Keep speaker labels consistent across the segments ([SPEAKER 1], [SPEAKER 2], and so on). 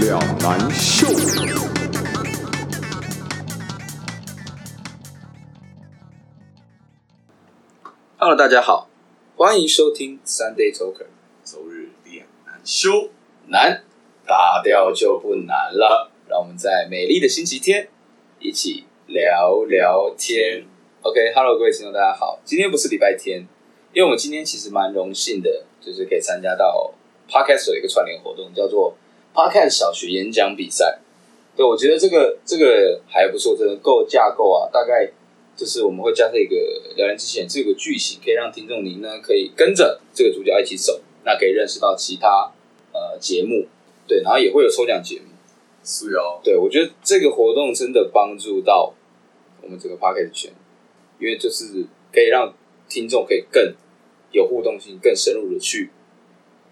[SPEAKER 1] 两难秀。
[SPEAKER 2] Hello，大家好，欢迎收听 Sunday Talker。
[SPEAKER 3] 周日两难休。
[SPEAKER 2] 难打掉就不难了，让我们在美丽的星期天一起聊聊天。OK，Hello，、各位听众，大家好，今天不是礼拜天，因为我们今天其实蛮荣幸的，就是可以参加到 Podcast 有一个串联活动，叫做 Podcast 小学演讲比赛。对，我觉得这个这个还不错，这个构架构啊，大概就是我们会加上一个聊天之前这个句型，可以让听众您呢可以跟着这个主角一起走，那可以认识到其他呃节目，对，然后也会有抽奖节目。
[SPEAKER 3] 是哦，
[SPEAKER 2] 对，我觉得这个活动真的帮助到我们整个 p a c k a g e 圈，因为就是可以让听众可以更有互动性，更深入的去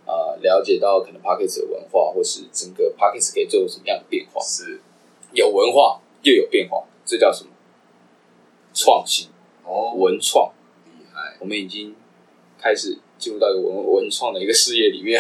[SPEAKER 2] 呃了解到可能 p a c k a g e 的文化，或是整个 p a c k a g e 可以做出什么样的变化。
[SPEAKER 3] 是
[SPEAKER 2] 有文化又有变化，这叫什么？创新
[SPEAKER 3] 哦，
[SPEAKER 2] 文创，
[SPEAKER 3] 厉害，
[SPEAKER 2] 我们已经开始进入到一个文文创的一个事业里 面。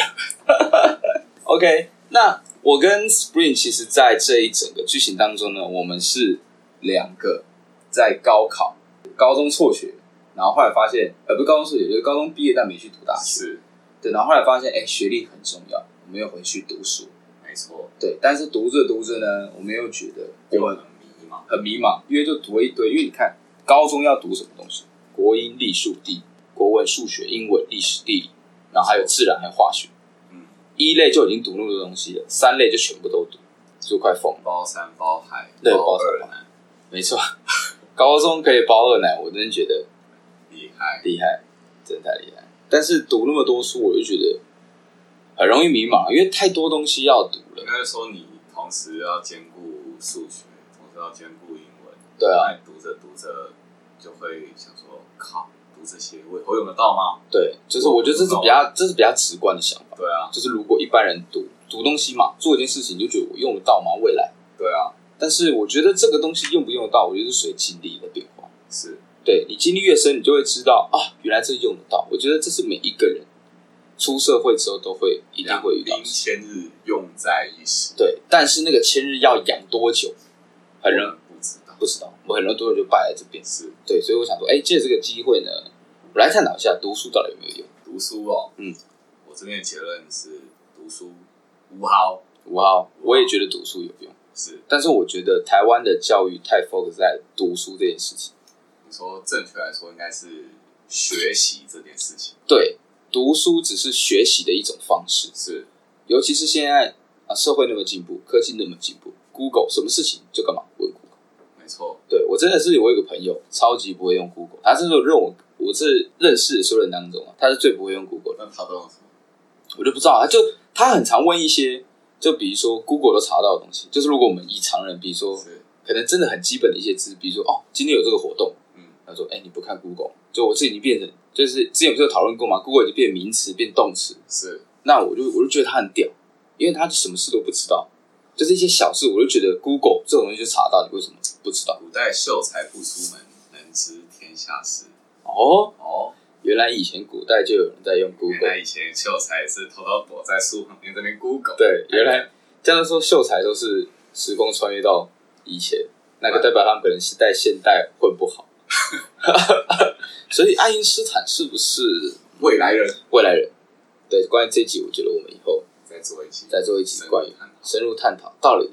[SPEAKER 2] OK，那我跟 Spring 其实，在这一整个剧情当中呢，我们是两个在高考、高中辍学，然后后来发现，呃，不是高中辍学，就是高中毕业但没去读大学。
[SPEAKER 3] 是
[SPEAKER 2] 对，然后后来发现，哎，学历很重要，我们又回去读书。
[SPEAKER 3] 没错，
[SPEAKER 2] 对，但是读着读着呢，我们又觉得我
[SPEAKER 3] 我
[SPEAKER 2] 们
[SPEAKER 3] 很迷茫，
[SPEAKER 2] 很迷茫，因为就读了一堆。因为你看，高中要读什么东西？国英、历、数、地；国文、数学、英文、历史、地理，然后还有自然，还有化学。
[SPEAKER 3] 嗯，
[SPEAKER 2] 一类就已经读那么多东西了，三类就全部都读，就快疯了。
[SPEAKER 3] 包山包海，
[SPEAKER 2] 对
[SPEAKER 3] 包
[SPEAKER 2] 包山
[SPEAKER 3] 二
[SPEAKER 2] 包
[SPEAKER 3] 难，
[SPEAKER 2] 没错，高中可以包二奶，我真的觉得
[SPEAKER 3] 厉害，
[SPEAKER 2] 厉害，真的太厉害。但是读那么多书，我就觉得很容易迷茫，因为太多东西要读
[SPEAKER 3] 应
[SPEAKER 2] 了。
[SPEAKER 3] 该说你同时要兼顾数学，同时要兼顾英文，
[SPEAKER 2] 对啊，
[SPEAKER 3] 那你读着读着就会想说，靠，读这些我以后用得到吗？
[SPEAKER 2] 对，就是我觉得这是比较这是比较直观的想法。
[SPEAKER 3] 对啊，
[SPEAKER 2] 就是如果一般人读读东西嘛，做一件事情，你就觉得我用得到吗？未来，
[SPEAKER 3] 对啊，
[SPEAKER 2] 但是我觉得这个东西用不用得到，我觉得是随经历的变化。
[SPEAKER 3] 是
[SPEAKER 2] 对你经历越深，你就会知道啊，原来这用得到。我觉得这是每一个人出社会之后都会一定会遇到
[SPEAKER 3] 冰。千日用在一时，
[SPEAKER 2] 对，但是那个千日要养多久，很容
[SPEAKER 3] 人不知道，
[SPEAKER 2] 不知道。我很多多人就败在这边。
[SPEAKER 3] 是
[SPEAKER 2] 对，所以我想说，哎，借这个机会呢，我来探讨一下读书到底有没有用。
[SPEAKER 3] 读书哦，
[SPEAKER 2] 嗯，
[SPEAKER 3] 我这边的结论是读书无好，
[SPEAKER 2] 哇，哦我也觉得读书有用，
[SPEAKER 3] 是
[SPEAKER 2] 但是我觉得台湾的教育太 focus 在读书这件事情。
[SPEAKER 3] 你说正确来说应该是学习这件事情，
[SPEAKER 2] 对，读书只是学习的一种方式，
[SPEAKER 3] 是
[SPEAKER 2] 尤其是现在啊，社会那么进步，科技那么进步，Google 什么事情就干嘛问 Google。
[SPEAKER 3] 没错，
[SPEAKER 2] 对我真的是我有一个朋友超级不会用 Google，他是说认我我是认识的所有人当中啊，他是最不会用 Google 的，
[SPEAKER 3] 那他都用什么？
[SPEAKER 2] 我就不知道啊，他就他很常问一些，就比如说 Google 都查到的东西，就是如果我们以常人，比如说
[SPEAKER 3] 是
[SPEAKER 2] 可能真的很基本的一些知识，比如说哦，今天有这个活动，
[SPEAKER 3] 嗯，
[SPEAKER 2] 他说：“哎、你不看 Google，就我自己已经变成，就是之前不是有讨论过嘛，Google 已经变名词变动词，
[SPEAKER 3] 是
[SPEAKER 2] 那我就我就觉得他很屌，因为他什么事都不知道，就是一些小事，我就觉得 Google 这种东西就查到，你为什么不知道？
[SPEAKER 3] 古代秀才不出门，能知天下事。
[SPEAKER 2] 哦，
[SPEAKER 3] 哦，
[SPEAKER 2] 原来以前古代就有人在用
[SPEAKER 3] 原来
[SPEAKER 2] Google，
[SPEAKER 3] 以前秀才是偷偷躲在树旁边这边 Google，
[SPEAKER 2] 对，原来这样说秀才都是时空穿越到以前，那个代表他们可能是在现代混不好， 所以爱因斯坦是不是
[SPEAKER 3] 未来人
[SPEAKER 2] 未来人？对，关于这一集，我觉得我们以后
[SPEAKER 3] 再做一期，
[SPEAKER 2] 再做一集关于
[SPEAKER 3] 探讨，
[SPEAKER 2] 深入探讨到底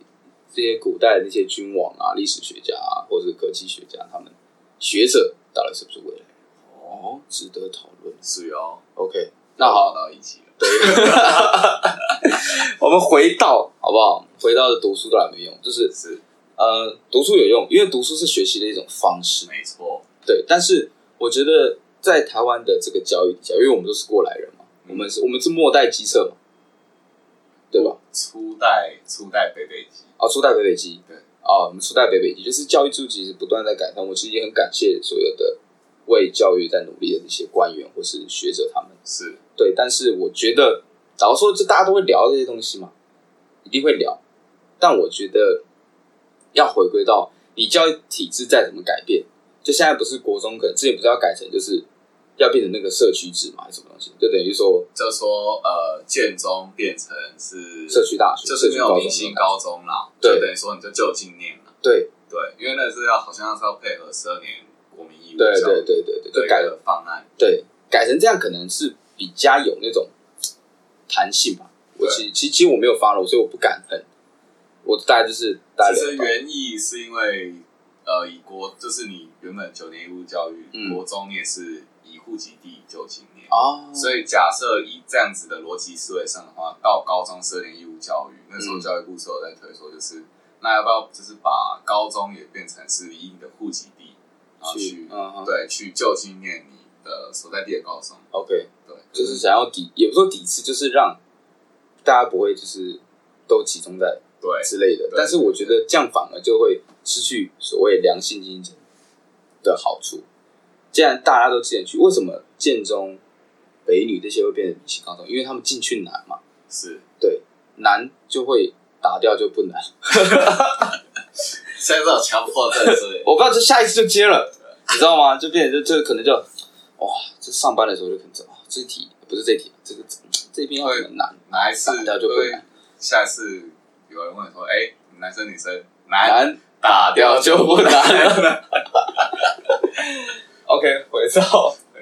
[SPEAKER 2] 这些古代的那些君王啊、历史学家啊，或者是科技学家，他们学者到底是不是未来人？哦，值得讨论。
[SPEAKER 3] 是哦，
[SPEAKER 2] OK，那好，
[SPEAKER 3] 到一集了，
[SPEAKER 2] 对，我们回到好不好？回到读书到底有没有用？就是
[SPEAKER 3] 是
[SPEAKER 2] 呃，读书有用，因为读书是学习的一种方式。
[SPEAKER 3] 没错，
[SPEAKER 2] 对，但是我觉得在台湾的这个教育底下，因为我们都是过来人嘛，
[SPEAKER 3] 嗯
[SPEAKER 2] 我们是我们是末代机测嘛，对吧？
[SPEAKER 3] 初代初代北北基，
[SPEAKER 2] 哦，初代北北基，
[SPEAKER 3] 对，
[SPEAKER 2] 哦，我们初代北北基就是教育制度其实不断在改善，我其实也很感谢所有的为教育在努力的那些官员或是学者他们，
[SPEAKER 3] 是
[SPEAKER 2] 对，但是我觉得，假如说这大家都会聊这些东西嘛，一定会聊，但我觉得要回归到你教育体制再怎么改变，就现在不是国中可能之前不是要改成就是要变成那个社区制嘛，还是什么东西？就等于说
[SPEAKER 3] 就说呃，建中变成是
[SPEAKER 2] 社区大学，
[SPEAKER 3] 就是没有
[SPEAKER 2] 社区高中
[SPEAKER 3] 明星高中啦，
[SPEAKER 2] 对
[SPEAKER 3] 就等于说你就就近念了，
[SPEAKER 2] 对
[SPEAKER 3] 对，因为那是要好像是要配合十二年国民义务
[SPEAKER 2] 对
[SPEAKER 3] 教
[SPEAKER 2] 对
[SPEAKER 3] 育
[SPEAKER 2] 对对对，
[SPEAKER 3] 的
[SPEAKER 2] 就
[SPEAKER 3] 一
[SPEAKER 2] 改
[SPEAKER 3] 个方案，
[SPEAKER 2] 对，改成这样可能是比较有那种嘖弹性吧。我
[SPEAKER 3] 对
[SPEAKER 2] 其其其实我没有 follow，所以我不敢很，我大概就是大概
[SPEAKER 3] 其实
[SPEAKER 2] 聊到
[SPEAKER 3] 原意是因为呃，以国就是你原本九年义务教育，
[SPEAKER 2] 嗯
[SPEAKER 3] 国中也是以户籍地就近念，
[SPEAKER 2] 哦，
[SPEAKER 3] 所以假设以这样子的逻辑思维上的话，到高中十二年义务教育，那时候
[SPEAKER 2] 嗯
[SPEAKER 3] 教育部是有在推说，就是、那要不要就是把高中也变成是以你的户籍地，然后去
[SPEAKER 2] 去嗯哼
[SPEAKER 3] 对去就近念你的所在地的高中，
[SPEAKER 2] ，OK，
[SPEAKER 3] 对，
[SPEAKER 2] 就是想要抵，也不是说抵制，就是让大家不会就是都集中在
[SPEAKER 3] 对
[SPEAKER 2] 之类的。
[SPEAKER 3] 对
[SPEAKER 2] 但是我觉得这样反而就会失去所谓良性竞争的好处。既然大家都进去，为什么建中、北女这些会变成明星高中？因为他们进去难嘛，
[SPEAKER 3] 是。
[SPEAKER 2] 难就会打掉就不难。
[SPEAKER 3] 现在这种强迫症之类的，
[SPEAKER 2] 我不知道，就下一次就接了，你知道吗？就变成就就可能就哇，这上班的时候就可能就哦，这题不是这题，这个这这篇要怎么难？
[SPEAKER 3] 哪一次
[SPEAKER 2] 打掉就不
[SPEAKER 3] 会
[SPEAKER 2] 难，
[SPEAKER 3] 下一次有人问说，哎、男生女生男
[SPEAKER 2] 难
[SPEAKER 3] 打
[SPEAKER 2] 掉
[SPEAKER 3] 掉
[SPEAKER 2] 就
[SPEAKER 3] 就
[SPEAKER 2] 不
[SPEAKER 3] 不
[SPEAKER 2] 难
[SPEAKER 3] 难
[SPEAKER 2] 了。OK，回到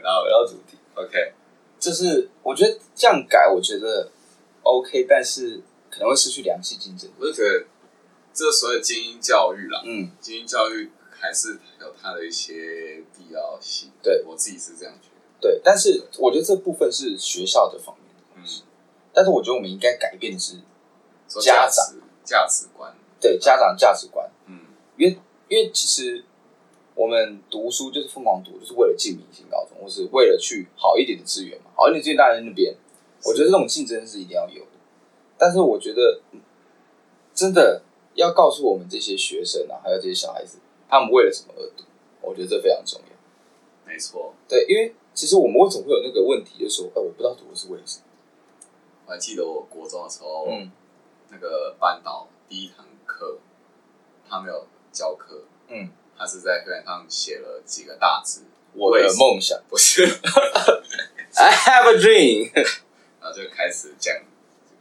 [SPEAKER 3] 然后
[SPEAKER 2] 回到主题。
[SPEAKER 3] OK，
[SPEAKER 2] 就是我觉得这样改，我觉得 OK，但是可能会失去良性竞争。
[SPEAKER 3] 我就觉得这所谓精英教育啦，
[SPEAKER 2] 嗯，
[SPEAKER 3] 精英教育还是有它的一些必要性。
[SPEAKER 2] 对
[SPEAKER 3] 我自己是这样觉得。
[SPEAKER 2] 对。但是我觉得这部分是学校的方面，
[SPEAKER 3] 嗯，
[SPEAKER 2] 但是我觉得我们应该改变的是
[SPEAKER 3] 说
[SPEAKER 2] 家
[SPEAKER 3] 价值价值观，
[SPEAKER 2] 对家长价值观，
[SPEAKER 3] 嗯，
[SPEAKER 2] 因为其实我们读书就是疯狂读，就是为了进明星高中，或是为了去好一点的资源嘛，好一点的资源当然在那边。我觉得这种竞争是一定要有的，但是我觉得嗯真的要告诉我们这些学生啊，还有这些小孩子，他们为了什么而读，我觉得这非常重要。
[SPEAKER 3] 没错。
[SPEAKER 2] 对，因为其实我们为什么会有那个问题，就是说，哎、我不知道读的是为了什么。
[SPEAKER 3] 我还记得我国中的时候，
[SPEAKER 2] 嗯
[SPEAKER 3] 那个班导第一堂课他没有教课，
[SPEAKER 2] 嗯，
[SPEAKER 3] 他是在黑板上写了几个大字，
[SPEAKER 2] 我的梦想
[SPEAKER 3] 不 是。
[SPEAKER 2] ，I have a dream。
[SPEAKER 3] 然后就开始讲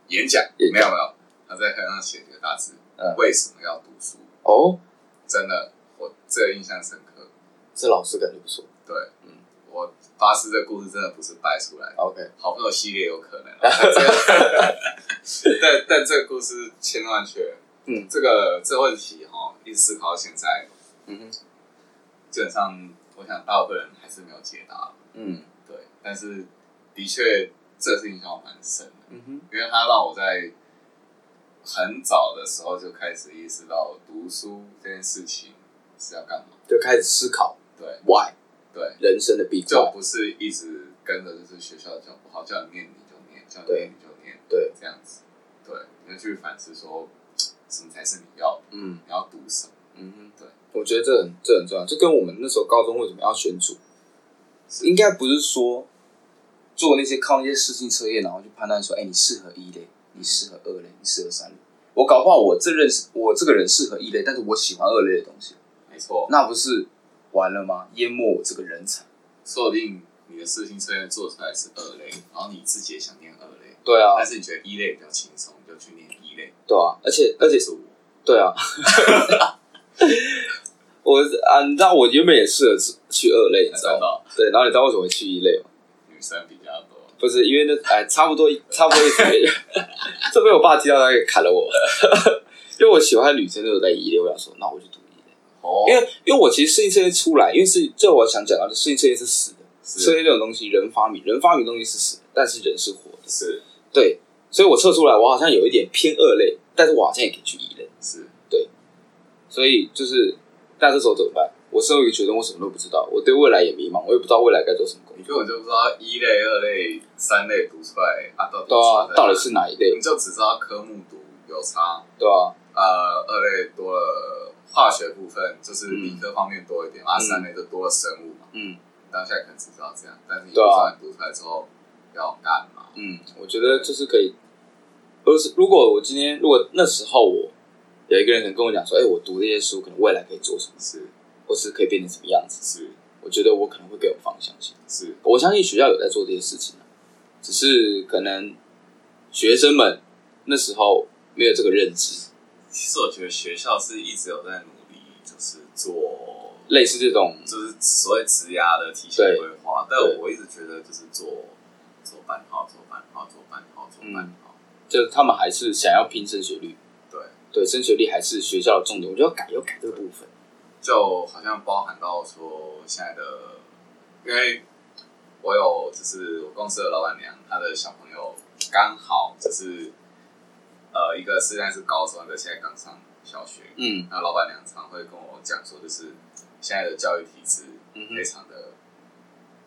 [SPEAKER 3] 演讲，
[SPEAKER 2] 演
[SPEAKER 3] 没
[SPEAKER 2] 讲
[SPEAKER 3] 有没有，他在黑板上写几个大字，
[SPEAKER 2] 嗯
[SPEAKER 3] 为什么要读书？
[SPEAKER 2] 哦，
[SPEAKER 3] 真的，我这个印象深刻。
[SPEAKER 2] 这老师感觉不错。
[SPEAKER 3] 对，
[SPEAKER 2] 嗯
[SPEAKER 3] 我发誓这故事真的不是掰出来的，
[SPEAKER 2] OK，
[SPEAKER 3] 好朋友系列有可 能啊，但这个但但这个故事千真万确，
[SPEAKER 2] 嗯
[SPEAKER 3] 这个这问题哈、一直思考到现在，
[SPEAKER 2] 嗯哼，
[SPEAKER 3] 基本上我想大部分人还是没有解答，
[SPEAKER 2] 嗯
[SPEAKER 3] 对，但是的确这是影响我蛮深的。
[SPEAKER 2] 嗯哼，
[SPEAKER 3] 因为它让我在很早的时候就开始意识到读书这件事情是要干嘛。
[SPEAKER 2] 就开始思考
[SPEAKER 3] 对
[SPEAKER 2] why
[SPEAKER 3] 对，
[SPEAKER 2] 人生的必
[SPEAKER 3] 就
[SPEAKER 2] 要。
[SPEAKER 3] 不是一直跟着就是学校教不好，叫你念你就念，叫你
[SPEAKER 2] 对
[SPEAKER 3] 念你就念，
[SPEAKER 2] 对，
[SPEAKER 3] 这样子。对，你就去反思说，什么才是你要的，
[SPEAKER 2] 嗯
[SPEAKER 3] 你要读什么？
[SPEAKER 2] 嗯哼，
[SPEAKER 3] 对，
[SPEAKER 2] 我觉得这很这很重要，就跟我们那时候高中为什么要选组，应该不是说做那些靠那些试性测验，然后去判断说，哎、你适合一类，你适合二类，你适合三类。我搞不好我这认识我这个人适合一类，但是我喜欢二类的东西，
[SPEAKER 3] 没错，
[SPEAKER 2] 那不是完了吗？淹没我这个人才。
[SPEAKER 3] 说不定你的事情测验做出来是二类，然后你自己也想念二类，
[SPEAKER 2] 对啊
[SPEAKER 3] 但是你觉得一类比较轻松，你就去念一类。
[SPEAKER 2] 对啊，而且而且
[SPEAKER 3] 是我，
[SPEAKER 2] 对啊， 我啊，你知道我原本也适合去去二类，你知道
[SPEAKER 3] 真
[SPEAKER 2] 吗？
[SPEAKER 3] 的哦
[SPEAKER 2] 对，然后你知道为什么会去一类吗？
[SPEAKER 3] 女生比较多。
[SPEAKER 2] 不是因为那哎，差不多差不多意思。 这被我爸听到，他给砍了我。 因为我喜欢女生都有在一类，我想说，那我就读一类。
[SPEAKER 3] 哦
[SPEAKER 2] 因为因为我其实适应测验出来，因为是这我想讲到，就适应测验是死的，测
[SPEAKER 3] 是
[SPEAKER 2] 验这种东西人发明，人发明的东西是死的，但是人是活的。
[SPEAKER 3] 是
[SPEAKER 2] 对，所以我测出来，我好像有一点偏二类，但是我好像也可以去一类。
[SPEAKER 3] 是，
[SPEAKER 2] 所以就是，那这时候怎么办？我身为一个学生，我什么都不知道，我对未来也迷茫，我也不知道未来该做什么工
[SPEAKER 3] 你
[SPEAKER 2] 作。
[SPEAKER 3] 根本就不知道一类、二类、三类读出来啊，到底
[SPEAKER 2] 对
[SPEAKER 3] 差
[SPEAKER 2] 啊
[SPEAKER 3] 在，
[SPEAKER 2] 到底
[SPEAKER 3] 哪
[SPEAKER 2] 是哪一类
[SPEAKER 3] 你？就只知道科目读有差，
[SPEAKER 2] 对啊，
[SPEAKER 3] 呃，二类多了化学部分，就是
[SPEAKER 2] 嗯
[SPEAKER 3] 理科方面多一点，啊，
[SPEAKER 2] 嗯
[SPEAKER 3] 三类就多了生物嘛。
[SPEAKER 2] 嗯
[SPEAKER 3] 你当下可能只知道这样，但是你不知
[SPEAKER 2] 对啊
[SPEAKER 3] 道你读出来之后要干嘛。
[SPEAKER 2] 嗯，我觉得就是可以。如果是如果我今天如果那时候我有一个人可能跟我讲说，哎、我读这些书，可能未来可以做什么，
[SPEAKER 3] 是
[SPEAKER 2] 或是可以变成什么样子，
[SPEAKER 3] 是，
[SPEAKER 2] 我觉得我可能会更有方向性。
[SPEAKER 3] 是
[SPEAKER 2] 我相信学校有在做这些事情啊，只是可能学生们那时候没有这个认知，
[SPEAKER 3] 其实我觉得学校是一直有在努力，就是做
[SPEAKER 2] 类似这种
[SPEAKER 3] 就是所谓职涯的体系
[SPEAKER 2] 对
[SPEAKER 3] 规划，但
[SPEAKER 2] 对
[SPEAKER 3] 我一直觉得就是做做班号、做班号、做班号、做
[SPEAKER 2] 嗯
[SPEAKER 3] 班号，
[SPEAKER 2] 就是他们还是想要拼升学率，
[SPEAKER 3] 对，
[SPEAKER 2] 对，升学率还是学校的重点，我觉得要改要改这个部分。
[SPEAKER 3] 就好像包含到说现在的，因为我有就是我公司的老板娘，她的小朋友刚好就是呃一个现在是高中，一个现在刚上小学，
[SPEAKER 2] 嗯
[SPEAKER 3] 那老板娘常会跟我讲说，就是现在的教育体制
[SPEAKER 2] 嗯
[SPEAKER 3] 非
[SPEAKER 2] 哼，
[SPEAKER 3] 常的、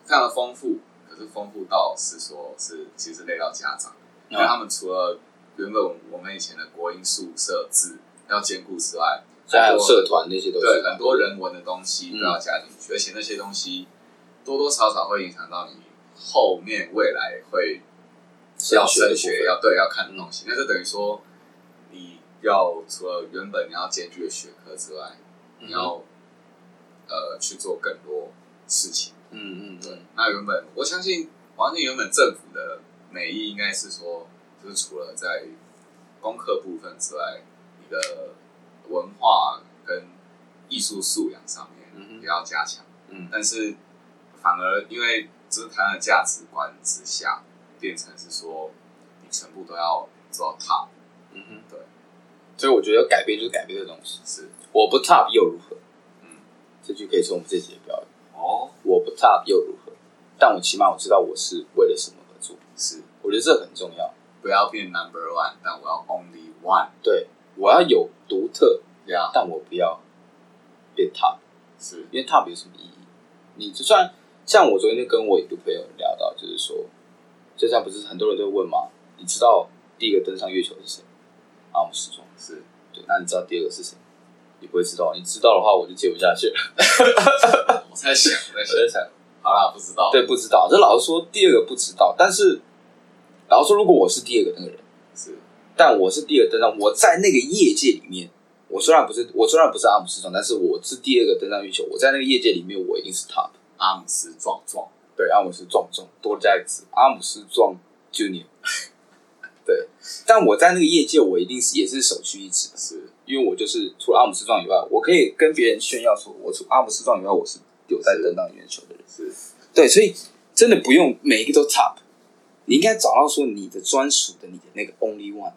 [SPEAKER 3] 非常的丰富，可是丰富到是说是其实累到家长，因为
[SPEAKER 2] 嗯
[SPEAKER 3] 他们除了原本我们以前的国音数设置要兼顾之外，
[SPEAKER 2] 所以还有社团那些都
[SPEAKER 3] 对嗯
[SPEAKER 2] 是
[SPEAKER 3] 很多人文的东西都要加进去，而且那些东西多多少少会影响到你后面未来会要升学
[SPEAKER 2] 要
[SPEAKER 3] 要对要看的东西，那就等于说你要除了原本你要兼具的学科之外，
[SPEAKER 2] 嗯
[SPEAKER 3] 你要、呃去做更多事情。
[SPEAKER 2] 嗯嗯
[SPEAKER 3] 对
[SPEAKER 2] 对，
[SPEAKER 3] 那原本我相信，我相信原本政府的美意应该是说，就是除了在功课部分之外，你的文化跟艺术素养上
[SPEAKER 2] 嗯
[SPEAKER 3] 面
[SPEAKER 2] 哼
[SPEAKER 3] 也要加强。
[SPEAKER 2] 嗯
[SPEAKER 3] 但是反而因为就是台湾的价值观之下，变成是说你全部都要做到 top，
[SPEAKER 2] 嗯哼
[SPEAKER 3] 对，
[SPEAKER 2] 所以我觉得要改变就是改变这个东西，
[SPEAKER 3] 是
[SPEAKER 2] 我不 top 又如何？
[SPEAKER 3] 嗯
[SPEAKER 2] 这句可以从我们这集的表演，
[SPEAKER 3] 哦
[SPEAKER 2] 我不 top 又如何？但我起码我知道我是为了什么而做，
[SPEAKER 3] 是
[SPEAKER 2] 我觉得这很重要。
[SPEAKER 3] 不要变 number one，但我要 only one，
[SPEAKER 2] 对，我要有独特，
[SPEAKER 3] 呀、
[SPEAKER 2] 但我不要变 top。
[SPEAKER 3] 是
[SPEAKER 2] 因为 top 有什么意义？你就算像我昨天就跟我一个朋友聊到，就是说，就像不是很多人都问吗？你知道第一个登上月球是谁？啊阿姆斯壮。
[SPEAKER 3] 是
[SPEAKER 2] 对，那你知道第二个是谁？你不会知道，你知道的话我就接不下去了。
[SPEAKER 3] 我在想，我 在
[SPEAKER 2] 我在
[SPEAKER 3] 想，
[SPEAKER 2] 想，
[SPEAKER 3] 好啦，不知道，
[SPEAKER 2] 对，不知道。这老实说，第二个不知道，但是老实说，如果我是第二个那个人，
[SPEAKER 3] 是
[SPEAKER 2] 但我是第二个登上，我在那个业界里面，我虽然不是我虽然不是阿姆斯壮，但是我是第二个登上月球，我在那个业界里面，我一定是 top。
[SPEAKER 3] 阿姆斯壮壮，
[SPEAKER 2] 对，阿姆斯壮壮多加一个字，阿姆斯壮 Junior。对，但我在那个业界，我一定是也是首屈一指的，
[SPEAKER 3] 是
[SPEAKER 2] 因为我就是除了阿姆斯壮以外，我可以跟别人炫耀说，我除阿姆斯壮以外，我是有在登上圆球的人。
[SPEAKER 3] 是
[SPEAKER 2] 对，所以真的不用每一个都 top，你应该找到说你的专属的你的那个 only one，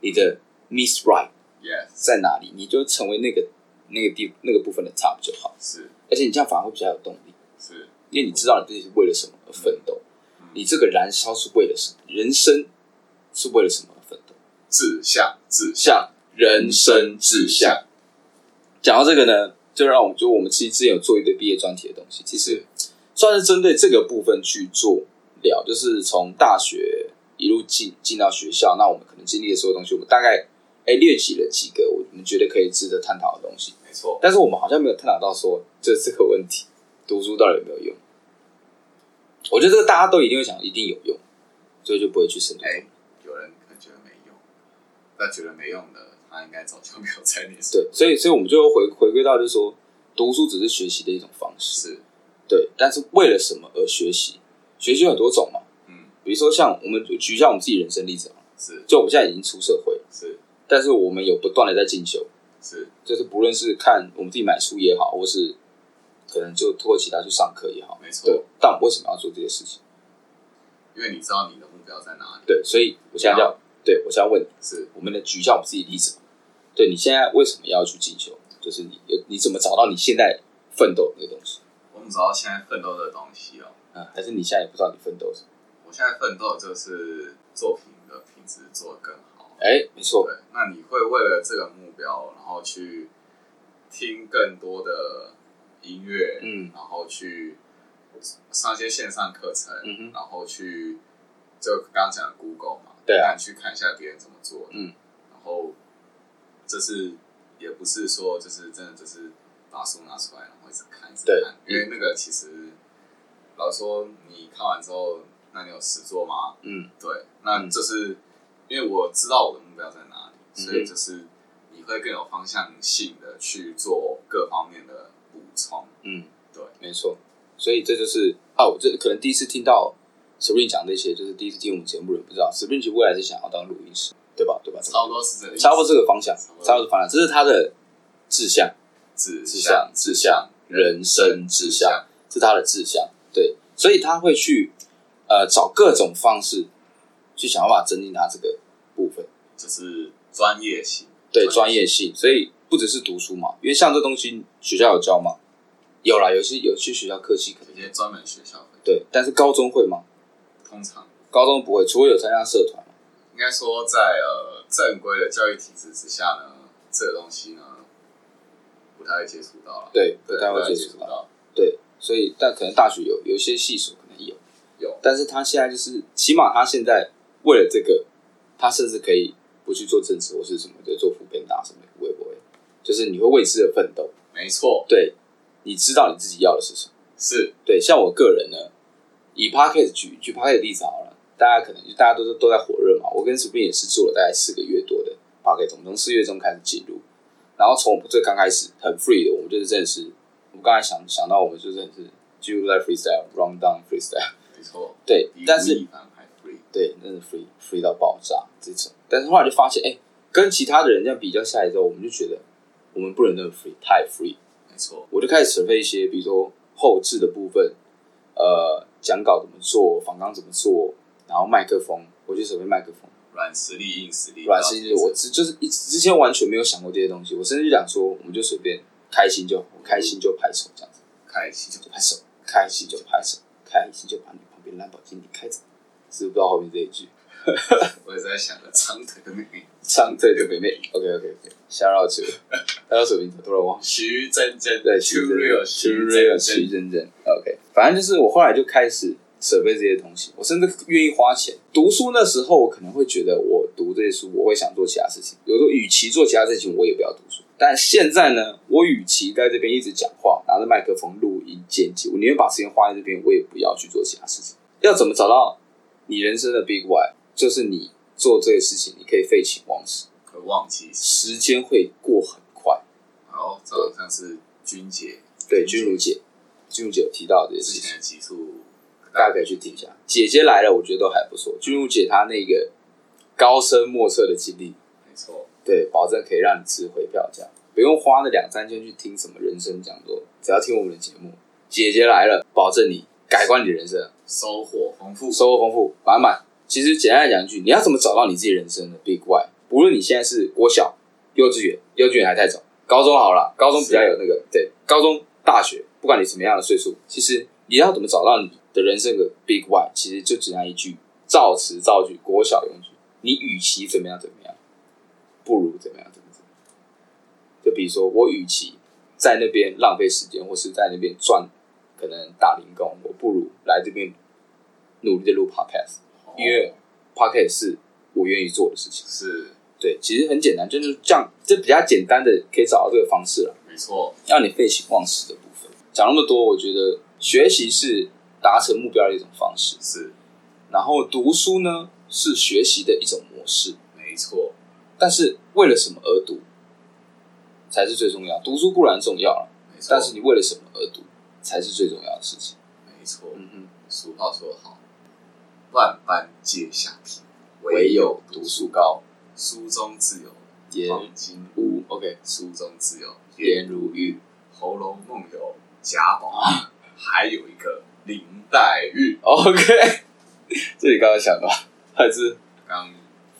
[SPEAKER 2] 你的 miss right
[SPEAKER 3] ，yes，
[SPEAKER 2] 在哪里，你就成为那个那个地那个部分的 top 就好，
[SPEAKER 3] 是
[SPEAKER 2] 而且你这样反而会比较有动力。
[SPEAKER 3] 是
[SPEAKER 2] 因为你知道你自己是为了什么而奋斗，你这个燃烧是为了什么，人生是为了什么而奋斗，
[SPEAKER 3] 志向志向
[SPEAKER 2] 像人生志向。讲到这个呢，就让我们就我们其实之前有做一堆毕业专题的东西，其实算是针对这个部分去做聊，就是从大学一路进进到学校，那我们可能经历的所有东西，我们大概哎列举了几个我们觉得可以值得探讨的东西，
[SPEAKER 3] 没错，
[SPEAKER 2] 但是我们好像没有探讨到说，就是这个问题，读书到底有没有用？我觉得这个大家都一定会想，一定有用，所以就不会去深度。
[SPEAKER 3] 哎，有人可能觉得没用，那觉得没用的，他应该早就没有在念书，
[SPEAKER 2] 对，所以所以我们就回回归到，就是说，读书只是学习的一种方式，
[SPEAKER 3] 是，
[SPEAKER 2] 对。但是为了什么而学习？学习有很多种嘛，
[SPEAKER 3] 嗯，
[SPEAKER 2] 比如说像我们举一下我们自己人生例子好了，啊
[SPEAKER 3] 是
[SPEAKER 2] 就我们现在已经出社会了，
[SPEAKER 3] 是
[SPEAKER 2] 但是我们有不断的在进修，
[SPEAKER 3] 是
[SPEAKER 2] 就是不论是看我们自己买书也好，或是可能就透过其他去上课也好，
[SPEAKER 3] 没
[SPEAKER 2] 对
[SPEAKER 3] 错，。
[SPEAKER 2] 但我为什么要做这些事情？
[SPEAKER 3] 因为你知道你的目标在哪里，
[SPEAKER 2] 对，所以我现在要，对我现在问你，
[SPEAKER 3] 是
[SPEAKER 2] 我们的举一下我们自己的例子嘛，对你现在为什么要去进修？就是你你怎么找到你现在奋斗的那个东西？
[SPEAKER 3] 我们找到现在奋斗的东西哦，
[SPEAKER 2] 啊，还是你现在也不知道你奋斗什么？
[SPEAKER 3] 我现在奋斗就是作品的品质做得更好，
[SPEAKER 2] 哎，没错，
[SPEAKER 3] 对，那你会为了这个目标，然后去听更多的音乐，
[SPEAKER 2] 嗯
[SPEAKER 3] 然后去上一些线上课程，
[SPEAKER 2] 嗯哼，
[SPEAKER 3] 然后去就刚刚讲的 Google 嘛，
[SPEAKER 2] 对啊
[SPEAKER 3] 那你去看一下别人怎么做，
[SPEAKER 2] 嗯，
[SPEAKER 3] 然后这是也不是说就是真的就是把书拿出来，然后一直看一直
[SPEAKER 2] 对
[SPEAKER 3] 看，因为那个其实老实说你看完之后，那你有实做吗？
[SPEAKER 2] 嗯
[SPEAKER 3] 对，那就是、因为我知道我的目标在哪里，所
[SPEAKER 2] 嗯
[SPEAKER 3] 以就是你会更有方向性的去做各方面的补充。
[SPEAKER 2] 嗯，
[SPEAKER 3] 对，
[SPEAKER 2] 没错。所以这就是啊，我这可能第一次听到 Spring 讲这些，就是第一次听我们节目的人不知道，Spring 其实未来是想要当录音师，对吧？对吧？
[SPEAKER 3] 差不多是这个意思，
[SPEAKER 2] 差不多这个方向，
[SPEAKER 3] 差不多
[SPEAKER 2] 差不多方向，这是他的志向。
[SPEAKER 3] 志
[SPEAKER 2] 志向、志向、人生志向，是他的志向。对，所以他会去呃找各种方式去想办法增进他这个部分，
[SPEAKER 3] 就是专业性，
[SPEAKER 2] 对专业性。所以不只是读书嘛，因为像这东西学校有教吗？有啦，有些有些学校科系可
[SPEAKER 3] 有
[SPEAKER 2] 能
[SPEAKER 3] 些专门学校会，
[SPEAKER 2] 对，但是高中会吗？
[SPEAKER 3] 通常
[SPEAKER 2] 高中不会，除非有参加社团。
[SPEAKER 3] 应该说在呃正规的教育体制之下呢，这个东西呢不太会接触到了，
[SPEAKER 2] 对，不
[SPEAKER 3] 对，
[SPEAKER 2] 太
[SPEAKER 3] 不
[SPEAKER 2] 会
[SPEAKER 3] 太会
[SPEAKER 2] 接
[SPEAKER 3] 接
[SPEAKER 2] 触
[SPEAKER 3] 触
[SPEAKER 2] 到。
[SPEAKER 3] 到，
[SPEAKER 2] 对，所以但可能大学有有一些系所可能有。
[SPEAKER 3] 有
[SPEAKER 2] 但是他现在就是，起码他现在为了这个，他甚至可以不去做政治或是什么的，做副编大什么的，不会不会，就是你会为之而奋斗。
[SPEAKER 3] 没错，
[SPEAKER 2] 对，你知道你自己要的是什么。
[SPEAKER 3] 是
[SPEAKER 2] 对，像我个人呢，以 p a c k e t 举举 p a c k e t 例子好了，大家可能大家都是都在火热嘛，我跟 Spring 也是做了大概四个月多的 p a c k e t 我们从四月中开始进入，然后从我们最刚开始很 free 的，我们就是真的是，我们刚才想想到我们就真的是进入在 freestyle round down freestyle，
[SPEAKER 3] 没错，
[SPEAKER 2] 对，但是
[SPEAKER 3] 一反派 free，
[SPEAKER 2] 对，真的 free free 到爆炸这种。但是后来就发现，哎、跟其他的人这样比较下来之后，我们就觉得我们不能那么 free，太 free。
[SPEAKER 3] 没错，
[SPEAKER 2] 我就开始准备一些，比如说后置的部分，呃，讲稿怎么做，访纲怎么做，然后麦克风，我就准备麦克风。
[SPEAKER 3] 软实力、硬实力，
[SPEAKER 2] 软实力，我之就是一直之前完全没有想过这些东西，我甚至就想说，我们就随便开心就好，开心就拍手这样子。
[SPEAKER 3] 开心
[SPEAKER 2] 就拍手，开心就拍手，开心就把你旁边兰博基尼开着，知不知道后面这一句？
[SPEAKER 3] 我也在想着长腿的妹妹
[SPEAKER 2] 唱对对北妹，OK OK OK，瞎绕嘴， 他叫什么名字？突然忘了。
[SPEAKER 3] 徐真真
[SPEAKER 2] 对，徐
[SPEAKER 3] Too Real，
[SPEAKER 2] 徐 real，徐真
[SPEAKER 3] 真真，
[SPEAKER 2] 真，OK。反正就是我后来就开始准备这些东西，我甚至愿意花钱读书。那时候我可能会觉得，我读这些书，我会想做其他事情。有时候与其做其他事情，我也不要读书。但现在呢，我与其在这边一直讲话，拿着麦克风录音剪辑，我宁愿把时间花在这边，我也不要去做其他事情。要怎么找到你人生的 big why？就是你做这些事情，你可以废寝忘食，
[SPEAKER 3] 可忘记是
[SPEAKER 2] 时间会过很快。
[SPEAKER 3] 好，这好像是君姐
[SPEAKER 2] 对，君如姐，君如姐有提到这些事
[SPEAKER 3] 之
[SPEAKER 2] 情。
[SPEAKER 3] 前的集数，
[SPEAKER 2] 大家可以去听一下。姐姐来了，我觉得都还不错。君如姐她那个高深莫测的经历，
[SPEAKER 3] 没错，
[SPEAKER 2] 对，保证可以让你值回票价，不用花那两三千去听什么人生讲座，只要听我们的节目，姐姐来了，保证你改观你的人生，
[SPEAKER 3] 收获丰富，
[SPEAKER 2] 收获丰富满满。其实简单来讲一句，你要怎么找到你自己人生的 big why？无论你现在是国小、幼稚园，幼稚园还太早，高中好了，高中比较有那个对，高中、大学，不管你什么样的岁数，其实你要怎么找到你的人生的 big why？其实就只那一句，造词造句，国小用句。你与其怎么样怎么样，不如怎么样怎么怎么样。就比如说，我与其在那边浪费时间，或是在那边赚可能打零工，我不如来这边努力的录 podcast，
[SPEAKER 3] 哦
[SPEAKER 2] 因为 podcast 是我愿意做的事情。
[SPEAKER 3] 是
[SPEAKER 2] 对，其实很简单，就是这样，这比较简单的可以找到这个方式了，
[SPEAKER 3] 没错，
[SPEAKER 2] 让你废寝忘食的部分。讲那么多，我觉得学习是达成目标的一种方式，
[SPEAKER 3] 是
[SPEAKER 2] 然后读书呢是学习的一种模式，
[SPEAKER 3] 没错，
[SPEAKER 2] 但是为了什么而读才是最重要。读书固然重要了，
[SPEAKER 3] 没错，
[SPEAKER 2] 但是你为了什么而读才是最重要的事情。
[SPEAKER 3] 没错，
[SPEAKER 2] 嗯哼，
[SPEAKER 3] 俗话说得好，万般皆下品，
[SPEAKER 2] 唯有读书高，
[SPEAKER 3] 书中自有
[SPEAKER 2] 颜
[SPEAKER 3] 黄金屋，
[SPEAKER 2] 无 OK，
[SPEAKER 3] 书中自有
[SPEAKER 2] 颜如玉。
[SPEAKER 3] 《红楼梦》有贾宝玉，还有一个林黛玉。
[SPEAKER 2] OK，这里刚刚想到还是
[SPEAKER 3] 刚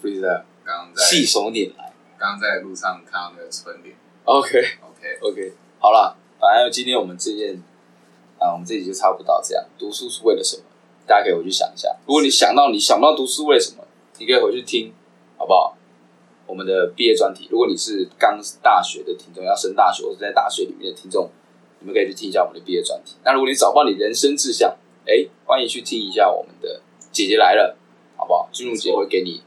[SPEAKER 2] freestyle，
[SPEAKER 3] 刚在
[SPEAKER 2] 信手拈来。
[SPEAKER 3] 刚在路上看到那个春联
[SPEAKER 2] OK
[SPEAKER 3] ，OK，
[SPEAKER 2] OK，好了，反正今天我们这件啊，我们这集就差不多到这样。读书是为了什么？大家可以回去想一下。如果你想到你想不到读书为了什么，你可以回去听，好不好？我们的毕业专题，如果你是刚大学的听众，要升大学或者在大学里面的听众，你们可以去听一下我们的毕业专题。那如果你找不到你人生志向，哎、欢迎去听一下我们的《姐姐来了》，好不好？君如姐会给你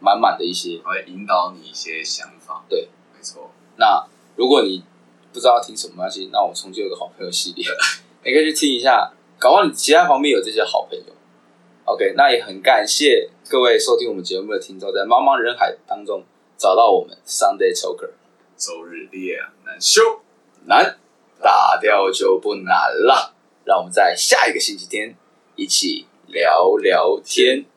[SPEAKER 2] 满满的一些
[SPEAKER 3] 它会引导你一些想法。
[SPEAKER 2] 对，
[SPEAKER 3] 没错，
[SPEAKER 2] 那如果你不知道听什么没关系，那我重新有个好朋友系列， 你可以去听一下，搞不好你其他方面有这些好朋友。OK，那也很感谢各位收听我们节目的听众，在茫茫人海当中找到我们 Sunday Choker
[SPEAKER 3] 周日烈啊难修。
[SPEAKER 2] 男。打掉就不难了。让我们在下一个星期天一起聊聊天。